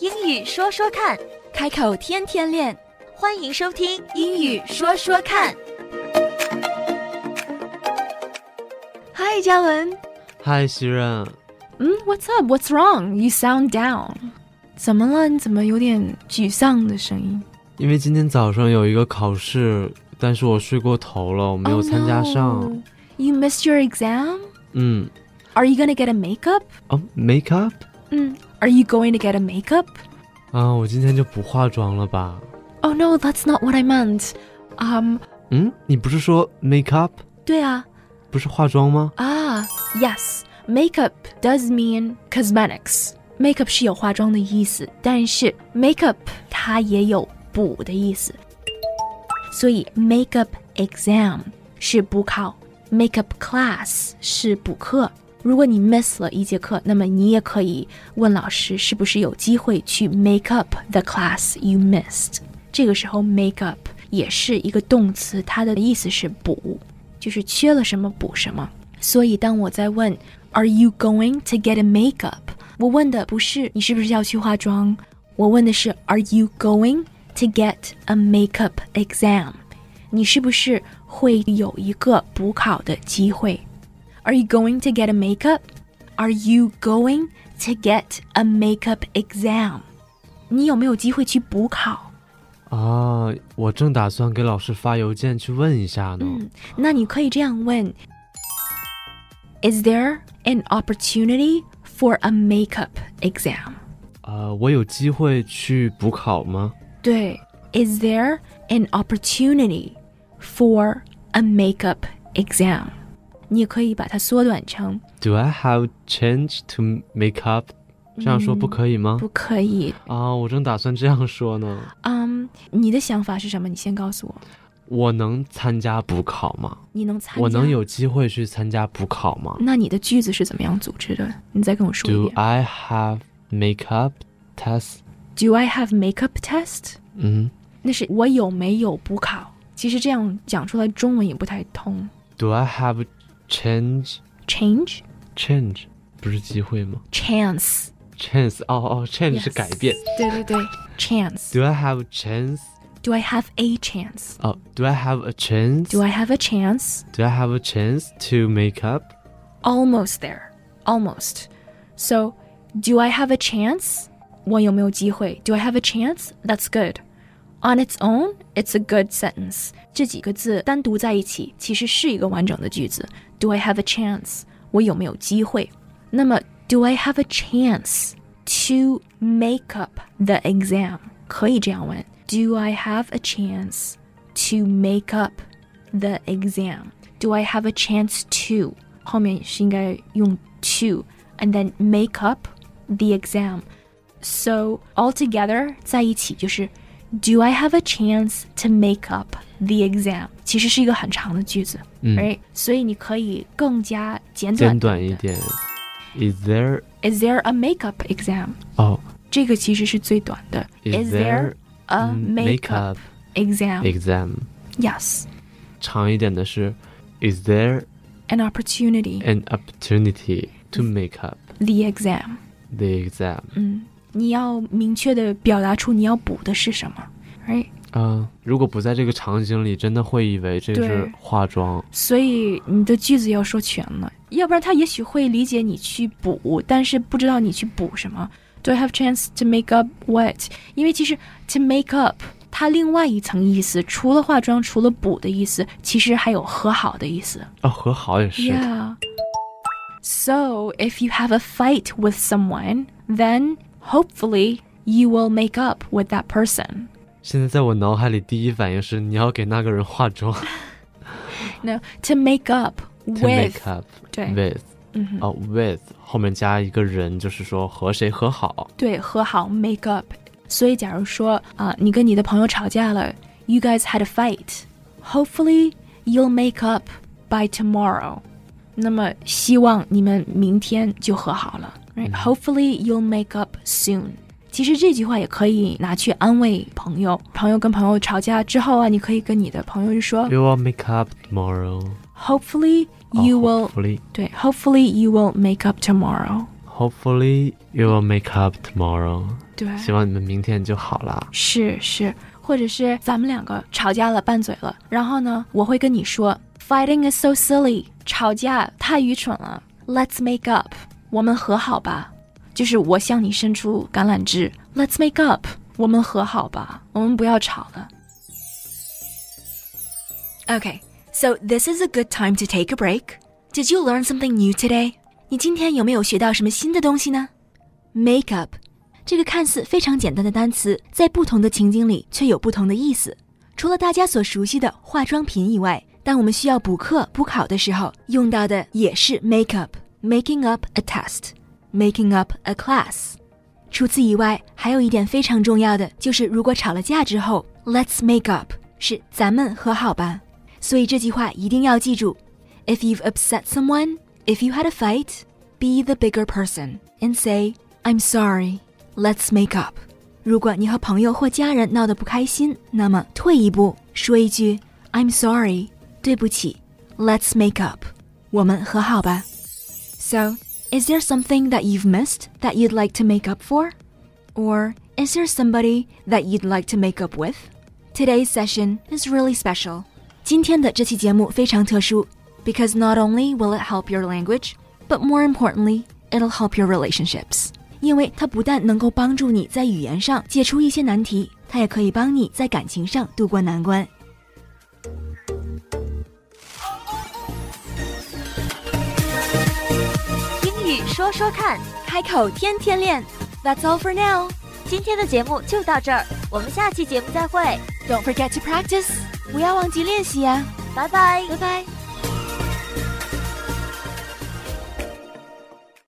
英语说说看，开口天天练。欢迎收听《英语说说看》。嗨，嘉文。嗨，希任，嗯，What's up? What's wrong? You sound down. 怎么了？你怎么有点沮丧的声音？因为今天早上有一个考试，但是我睡过头了，我没有参加上。 Oh, no. You missed your exam. 嗯， Are you gonna get a makeup? 哦，make up 嗯，Are you going to get a makeup? 啊，我今天就不化妆了吧？ Oh no, that's not what I meant. Um, 嗯，你不是说 make up 对啊，不是化妆吗？ Ah, yes. Makeup does mean cosmetics. Makeup 是有化妆的意思，但是 makeup 它也有补的意思。所以 makeup exam 是补考，makeup class 是补课。如果你 miss 了一节课，那么你也可以问老师是不是有机会去 make up the class you missed。这个时候 make up 也是一个动词，它的意思是补。就是缺了什么补什么。所以当我在问 Are you going to get a makeup？我问的不是你是不是要去化妆，我问的是 Are you going to get a makeup exam？你是不是会有一个补考的机会？Are you going to get a makeup？Are you going to get a makeup exam？你有没有机会去补考？啊，我正打算给老师发邮件去问一下呢。嗯那你可以这样问：Is there an opportunity for a makeup exam？呃，我有机会去补考吗？对，Is there an opportunity for a makeup exam？你也可以把它缩短成 Do I have change to make up？这样嗯说不可以吗？啊，我正打算这样说呢。不可以。嗯，你的想法是什么？你先告诉我。你能参加？我能参加补考吗？我能有机会去参加补考吗那你的句子是怎么样组织的？你再跟我说一？Do 遍。 I have makeup test？ Do I have makeup test？嗯那是我有没有补考？其实这样讲出来中文也不太通。 ，Do I have change Change change？不是机会吗 chance， ？Chance 哦哦，change Yes 是改变。对对对，chance。 Do I have chance？ Do I have a chance？Do 哦，Do I have a chance？Do I have a chance？ I have a chance to make up？ Almost there, almost. So, do I have a chance? 我有没有机会? Do I have a chance? That's good. On its own, it's a good sentence. 这几个字单独在一起，其实是一个完整的句子。Do I have a chance? 我有没有机会？那么 Do I have a chance to make up the exam? 可以这样问。Do I have a chance to make up the exam? Do I have a chance to 后面是应该用 to and then make up the exam. So altogether 在一起就是 Do I have a chance to make up the exam？其实是一个很长的句子，嗯。所以你可简以更加简短。短一点。Is there？ Is there a makeup exam？哦这个其实是最短的。 ，Is there a mm, makeup exam? exam？ Yes, 长一点的是，Is there an opportunity. an opportunity to make up The exam. the exam？你要明确的表达出你要补的是什么，right？啊，如果不在这个场景里，真的会以为这是对化妆。所以你的句子要说全了，要不然他也许会理解你去补，但是不知道你去补什么。Do I have chance to make up what？因为其实 to make up 它另外一层意思，除了化妆，除了补的意思，其实还有和好的意思。哦，和好也是。 Yeah. So if you have a fight with someone, then hopefully you will make up with that person. 现在在我脑海里第一反应是你要给那个人化 妆 No, to make up ，to with make up 对嗯 with，哦，with 后面加一个人，就是说和谁和好。对和好 make up。所以假如说啊、你跟你的朋友吵架了，you guys had a fight. Hopefully you'll make up by tomorrow. 那么希望你们明天就和好了。Right? Hopefully you'll make up soon. 其实这句话也可以拿去安慰朋友。朋友跟朋友吵架之后啊，你可以跟你的朋友就说 You will make up tomorrow. ，Hopefully you will、哦 hopefully, 对，Hopefully you will make up tomorrow. Hopefully you will make up tomorrow。对，希望你们明天就好啦。是是，或者是咱们两个吵架了，拌嘴了，然后呢，我会跟你说，Fighting is so silly，吵架太愚蠢了，Let's make up，我们和好吧。就是我向你伸出橄榄枝，Let's make up，我们和好吧，我们不要吵了。 Okay, so this is a good time to take a break. Did you learn something new today? 你今天有没有学到什么新的东西呢？Make up，这个看似非常简单的单词，在不同的情景里却有不同的意思。除了大家所熟悉的化妆品以外，当我们需要补课、补考的时候，用到的也是 make up，making up a test，making up a class。除此以外，还有一点非常重要的就是，如果吵了架之后，Let's make up，是咱们和好吧。所以这句话一定要记住：If you've upset someone, if you had a fight, be the bigger person and say, "I'm sorry, let's make up." 如果你和朋友或家人闹得不开心，那么退一步，说一句 "I'm sorry，对不起，let's make up，我们和好吧。So, is there something that you've missed that you'd like to make up for, or is there somebody that you'd like to make up with? Today's session is really special. 今天的这期节目非常特殊，because not only will it help your language, but more importantly, it'll help your relationships. 因为它不但能够帮助你在语言上解除一些难题，它也可以帮你在感情上渡过难关。英语说说看，开口天天练。That's all for now. 今天的节目就到这儿，我们下期节目再会。 Don't forget to practice. 不要忘记练习呀、啊！拜拜，拜拜。